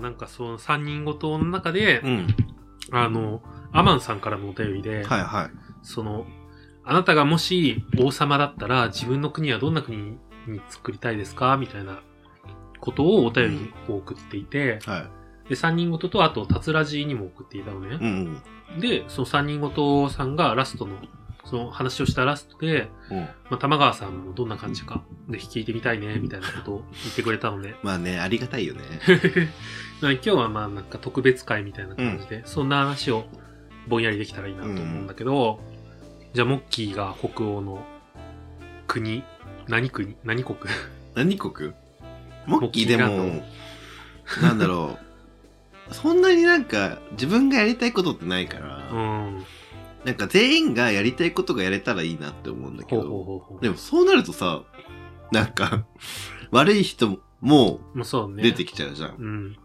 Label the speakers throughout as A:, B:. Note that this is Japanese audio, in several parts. A: なんかその三人ごとの中で、
B: うん。
A: あの、アマンさんからのお便りで、
B: はいはい。
A: その、あなたがもし王様だったら自分の国はどんな国に作りたいですかみたいなことをお便りを送っていて、
B: は
A: で、三人ごととあと、たつらじにも送っていたのね。
B: い。うん
A: で、その三人ごとさんがラストの、その話をしたラストで、
B: うん。うん。
A: まあ、玉川さんもどんな感じか、ぜひ聞いてみたいね、みたいなことを言ってくれたので、
B: まあね、ありがたいよね。
A: なんで今日はまあなんか特別会みたいな感じで、そんな話をぼんやりできたらいいなと思うんだけど、じゃあモッキーが北欧の国、何国何国
B: 何国モッキーで
A: モッキー
B: も、なんだろう。そんなになんか自分がやりたいことってないから、
A: うん。
B: なんか全員がやりたいことがやれたらいいなって思うんだけ
A: ほう
B: ど、
A: ほうほうほう。
B: でもそうなるとさ、なんか、 悪い人も
A: まあそうね。
B: 出てきちゃうじゃん。
A: うん。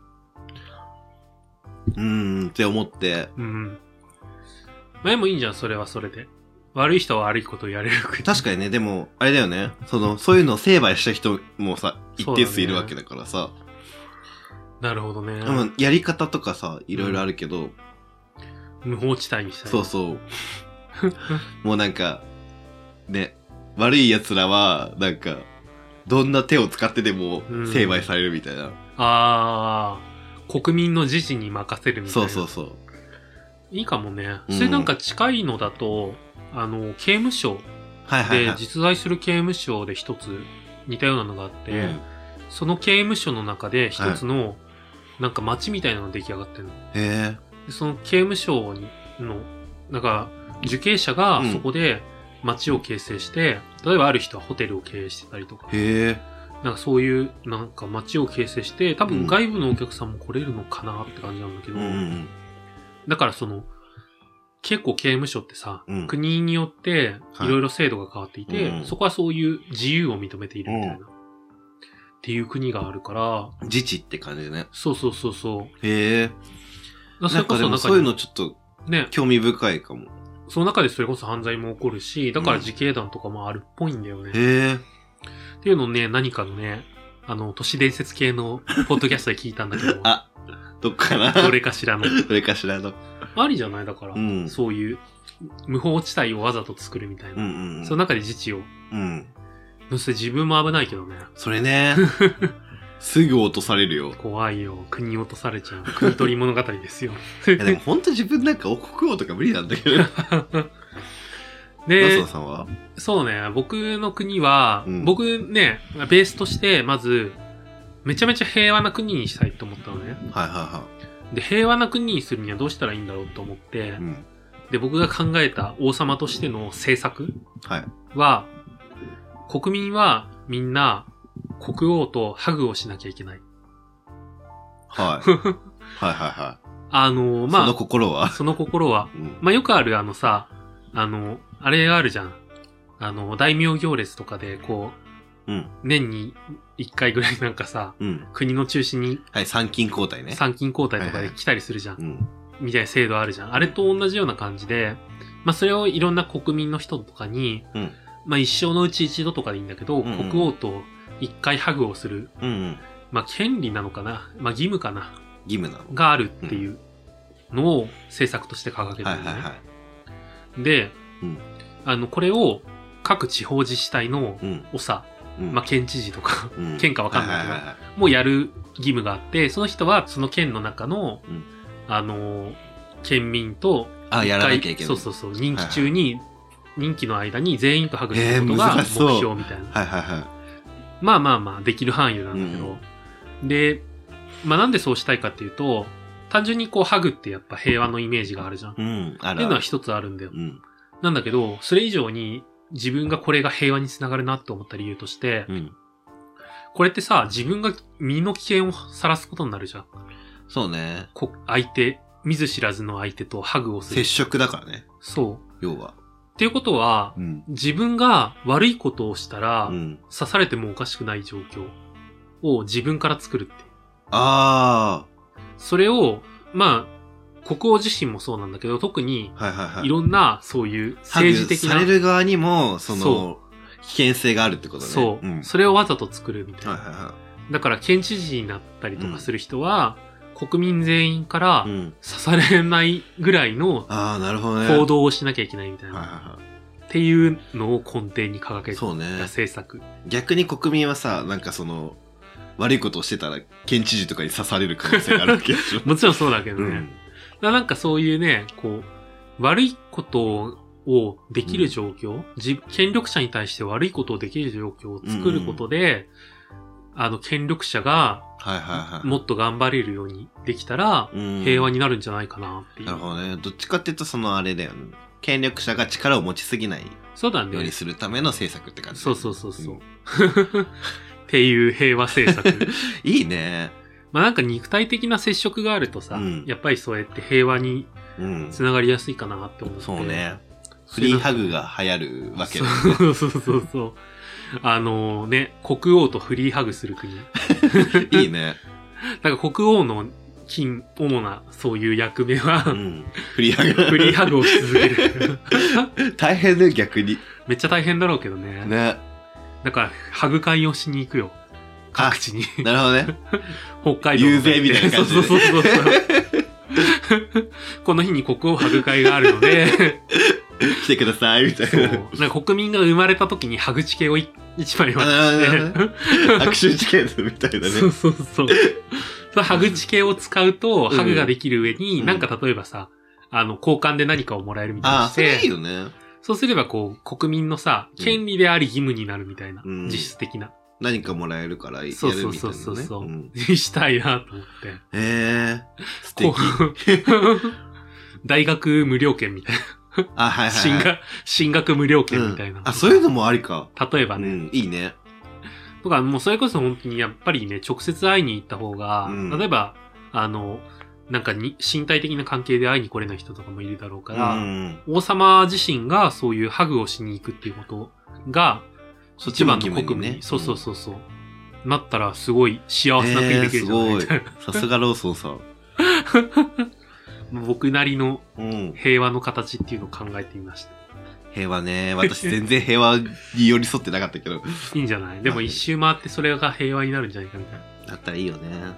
B: うーんって思って、
A: うん。前もいいんじゃん、それはそれで。悪い人は悪いことをやれる国。
B: 確かにね、でも、あれだよね、その、そういうのを成敗した人もさ、一定数いるわけだからさ、
A: なるほどね。
B: まあやり方とかさ、いろいろあるけど、
A: 無法地帯にしたい。
B: そう そう。もうなんか、ね、悪い奴らは、なんか、どんな手を使ってでも
A: うん
B: 成敗されるみたいな。
A: ああ、国民の自治に任せるみたい
B: そ
A: な。
B: うそうそう。
A: いいかもね。
B: うん
A: それなんか近いのだと、あの、刑務所
B: はいはいは
A: で
B: い。
A: 実在する刑務所で一つ似たようなのがあって、
B: うん
A: その刑務所の中で一つの、なんか町みたいなのが出来上がってるの。
B: へえ。
A: でその刑務所にの、なんか、受刑者が
B: うん
A: そこで町を形成して、例えばある人はホテルを経営してたりとか、
B: へえ。
A: なんかそういう、なんか町を形成して、多
B: うん
A: 分外部のお客さんも来れるのかなって感じなんだけ
B: う
A: ど、
B: んうん
A: だからその、結構刑務所ってさ、
B: うん
A: 国によって
B: はい
A: いろいろ制度が変わっていて、
B: うん
A: そこはそういう自由を認めているみたいな、
B: う
A: っていう国があるから、
B: うん。自治って感じね。
A: そうそうそうそう。
B: へえ。
A: だ
B: なんかでもそういうのちょっと
A: ね、
B: 興味深いかも。
A: その中でそれこそ犯罪も起こるし、だか
B: う
A: ら
B: ん
A: 自警団とかもあるっぽいんだよね。っ
B: へえ。、
A: ていうのをね、何かのね、あの、都市伝説系のポッドキャストで聞いたんだけど
B: あ、どっかな
A: ど
B: どれ
A: れかしらの。
B: かしらの。
A: ありじゃないだから、
B: うん
A: そういう無法地帯をわざと作るみたい
B: うん
A: な。
B: うんうん。
A: その中で自治を。
B: うん。
A: そして自分も危ないけどね。
B: それ ね。すぐ落とされるよ。
A: 怖いよ。国落とされ ちゃう。国取り物語ですよ。
B: いやでも本当自分なんか王国王とか無理なんだ けど。マ
A: で
B: サ、さんは
A: そうね、僕の国は、
B: うん
A: 僕ね、ベースとして、まず、めちゃめちゃ平和な国にしたいと思ったのね。
B: はいは
A: で、平和な国にするにはどうしたらいいんだろうと思って
B: いはい。う、ん。
A: で、僕が考えた王様としての政策
B: はい。
A: は、国民はみんな国王とハグをしなきゃいけない。
B: はい。はいはいはい。
A: あの、
B: そ
A: ま
B: の
A: あ、
B: 心は
A: その心は、
B: うん。
A: まあ、よくあるあのさ、あの、あれがあるじゃん。あの、大名行列とかで、こ
B: うん。
A: う、年に1回ぐらいなんかさ、
B: うん。
A: 国の中心に
B: はい、参勤交代ね。
A: 参勤交代とか
B: はい
A: で
B: はい
A: 来たりするじゃん。
B: うん。
A: みたいな制度あるじゃん。あれと同じような感じで、まあ、それをいろんな国民の人とかに、
B: うん
A: まあ、一生のうち一度とかでいいんだけど、
B: んうん
A: 国王と一回ハグをする、
B: うんうん。
A: まあ、権利なのかな、まあ、義務かな、
B: 義務なの。
A: があるっていうのを政策として掲げてる
B: はい
A: のね。
B: はいは
A: で、
B: うん
A: あの、これを各地方自治体の
B: い。うん。
A: 長、
B: うん
A: まあ、県知事とか
B: うん
A: 県かわかんないけど
B: はいはいはいはい
A: もやる義務があって、その人はその県の中の、
B: うん
A: あのー、県民と、
B: あ、やらなきゃいけない。
A: そうそうそう、任期中に、任期の間に全員とハグす
B: えー
A: ることが
B: 難
A: 目
B: しそう
A: 標みたいな。
B: はいはいは
A: まあまあまあ、できる範囲なんだけど。で、まあなんでそうしたいかっていうと、単純にこう、ハグってやっぱ平和のイメージがあるじゃん。っ
B: い。うん。あ
A: てい
B: ら
A: うのは一つあるんだよ
B: う。ん。
A: なんだけど、それ以上に自分がこれが平和につながるなと思った理由として
B: う、ん。
A: これってさ、自分が身の危険をさらすことになるじゃん。
B: そうね。
A: こ相手、見ず知らずの相手とハグをす
B: 接
A: る。
B: 触だからね。
A: そう。
B: 要は。
A: っていうことは
B: う、ん。
A: 自分が悪いことをしたら、
B: うん。
A: 刺されてもおかしくない状況を自分から作るっていう。
B: あ
A: それを、まあ、国王自身もそうなんだけど、特に
B: あ。はいはいはい。
A: いろんなそういう政治的な、
B: ハグされる側にも、その
A: そ、
B: 危険性があるってことね。
A: そう、
B: うん。
A: それをわざと作るみたいな。
B: はいはいは
A: だから県知事になったりとかする人は、国民全員から
B: うん。
A: 刺されないぐらいの
B: ああ、なるほどね。
A: 行動をしなきゃいけないみたいな、
B: はいはいはい
A: っていうのを根底に掲げた
B: そうね。
A: 政策。
B: 逆に国民はさ、なんかその、悪いことをしてたら、県知事とかに刺される可能性があるわけでしょ
A: もちろん そうだけど
B: う
A: ね。
B: ん。
A: だからなんかそういうね、こう、悪いことをできる状況、じ権力者に対して悪いことをできる状況を作ることで、あの、権力者が
B: はいはいはい。
A: もっと頑張れるようにできたら、
B: うん
A: 平和になるんじゃないかなっていう。
B: なるほどね。どっちかっていうと、そのあれだよね。権力者が力を持ちすぎないよ
A: そうだ
B: うに
A: ね。
B: するための政策って感じ。
A: そうそうそうそう。
B: ん
A: っていう平和政 策。
B: いいね。
A: まあなんか肉体的な接触があるとさ、
B: うん
A: やっぱりそうやって平和に
B: うん。
A: つながりやすいかなって思って。
B: そうね。フリーハグが流行るわけだよね。
A: そうそうそうそう。あのね、国王とフリーハグする国。
B: いいね。
A: なんか国王の金、主なそういう役目は、
B: うん。フリーハグ。
A: フリーハグをし続ける。
B: 大変だよ、逆に。
A: めっちゃ大変だろうけどね。
B: ね。
A: だから、ハグ会をしに行くよ。各地に。
B: なるほどね。
A: 北海道の方行って。
B: 遊説みたいな感じで
A: そう
B: ね
A: そうそうそう。この日に国王ハグ会があるので、
B: 来てください、みた
A: そう。
B: いな。
A: なんか国民が生まれた時にハグチ系をい一枚渡
B: なる
A: し
B: ほ
A: て
B: ど、ね握手チケットみたいだ
A: そう
B: ね。
A: そうそう。そのハグチ系を使うと、
B: うん
A: ハグができる上に、
B: うん
A: なんか例えばさ、あの、交換で何かをもらえるみたい
B: あ
A: に
B: あ、
A: し
B: それいい
A: て、
B: よね。
A: そうすればこう、国民のさ、
B: うん
A: 権利であり義務になるみたいな、
B: うん
A: 実質的な。
B: 何かもらえるからやるみた
A: そ
B: いうな、ね。
A: そうそうそうそう、
B: ん
A: したいなと思っ
B: へえ素
A: て。
B: 敵
A: こ。う 大学無料券みたい
B: あ、はいはい、はい。
A: な。進学、進学無料券みたいな。
B: うんあ、そういうのもありか。
A: 例えば
B: う
A: ね。
B: ん、いいね。
A: とか、もうそれこそ本当にやっぱりね、直接会いに行った方が、
B: うん
A: 例えば、あの、なんかに身体的な関係で会いに来れない人とかもいるだろうか
B: う
A: ら、
B: ん。
A: 王様自身がそういうハグをしに行くっていうことが、
B: そっ
A: 一
B: ちも
A: 番の
B: 義務
A: 国
B: に
A: 民
B: ね
A: に、そうそうそうそう、なったらすごい幸せな国できるじゃない、
B: えーすごさすがローソンさん。
A: 僕なりの
B: うん。
A: 平和の形っていうのを考えてみました。
B: 平和ね。私全然平和に寄り添ってなかったけど。
A: いいんじゃないでも一周回ってそれが平和になるんじゃないかみたい
B: だったらいいよね。
A: な。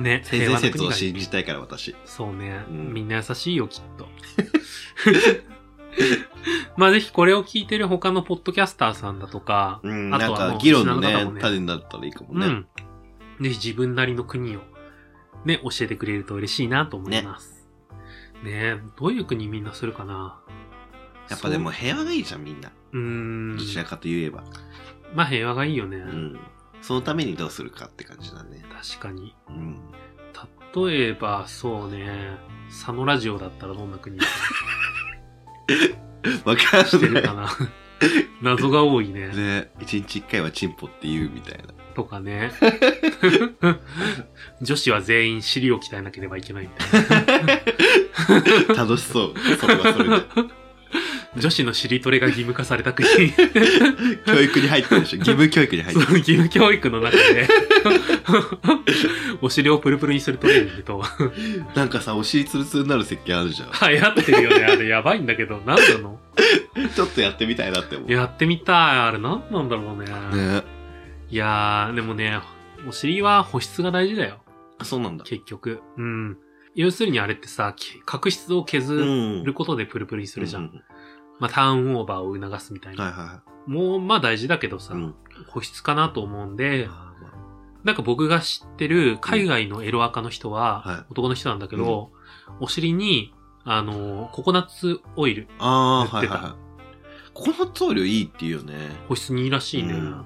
A: ね、
B: 性
A: 平和
B: 善
A: な
B: 説
A: 国
B: を
A: がいい
B: 信じたいから私。
A: そうね、
B: うん
A: みんな優しいよ、きっと。 まあぜひこれを聞いてる他のポッドキャスターさんだとか、
B: うん。
A: あ
B: な
A: と
B: ん
A: は
B: か
A: もう
B: 議論の
A: 品
B: ね
A: 々も、ね
B: 種になったらいいかも
A: う
B: ね。
A: ん。ぜひ自分なりの国をね、教えてくれると嬉しいなと思います。ねどういう国みんなするかな
B: やっぱでも、平和がいいじゃん、みんな。
A: そううーん
B: ど。ちらかといえば。
A: まあ平和がいいよね。
B: うん。そのためにどうするかって感じだね。
A: 確かに。
B: うん。
A: 例えば、そうね、佐野ラジオだったらどんな国に
B: わか
A: して
B: んな
A: る
B: い
A: か。な謎が多いね。
B: ね、一日一回はチンポって言うみたいな。
A: とかね。 女子は全員尻を鍛えなければいけないみたい
B: 楽しそう。それはそれで。
A: な。女子の尻トレが義務化された国。
B: 教育に入ってるでしょ。義務教育に入っ
A: そ
B: て
A: の
B: る。
A: 義務教育の中で、 お尻をプルプルにするトレーニングと、
B: なんかさ、お尻ツルツルになる石鹸あるじゃん。
A: 流行ってるよね。あれやばいんだけど、なんなの
B: ちょっとやってみたいなって思う。ね
A: やってみたい。あれなんなんだろうね。いやー、でもね、お尻は保湿が大事だよ。
B: あそうなんだ。
A: 結局。うん。要するにあれってさ、き角質を
B: う
A: 削
B: ん。
A: ることでプルプルにするじゃん。
B: うう
A: まあ、ターンオーバーを促すみたいな。
B: はいは
A: もう、まあ大事だけど
B: い
A: さ、
B: はい。うん。
A: 保湿かなと思うんで、
B: あーま
A: なんか僕が知ってる海外のエロアカの人は、
B: はい
A: 男の人なんだけど、お尻に、あのーココナッツオイル、
B: ああ
A: 言
B: ー、は
A: っ
B: い
A: てた
B: はいはい。この棟梁いいって言うよね。
A: 保湿にいいらしいね。
B: うん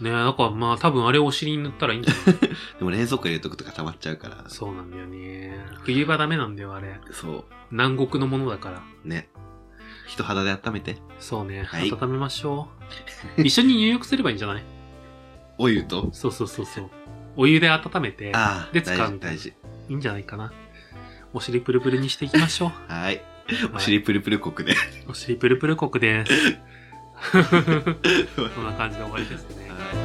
A: ねえ、だからまあ多分あれをお尻に塗ったらいいんじゃない
B: でも冷蔵庫入れとくとか溜まっちゃうから。
A: そうなんだよね。冬場ダメなんだよ、あれ。
B: そ
A: 南国のものだから。
B: う。ね。人肌で温めて。
A: そうね。
B: はい
A: 温めましょう。一緒に入浴すればいいんじゃない
B: お湯と。
A: そうそうそうそう。お湯で温めて、
B: ああ、
A: で使うみ
B: 大事
A: たいな
B: 大事。
A: いいんじゃないかな。お尻プルプルにしていきましょう。
B: はい。 お
A: はい
B: 尻プルプル国で。
A: お尻プルプル国です。そんな感じで終わりですね。
B: はい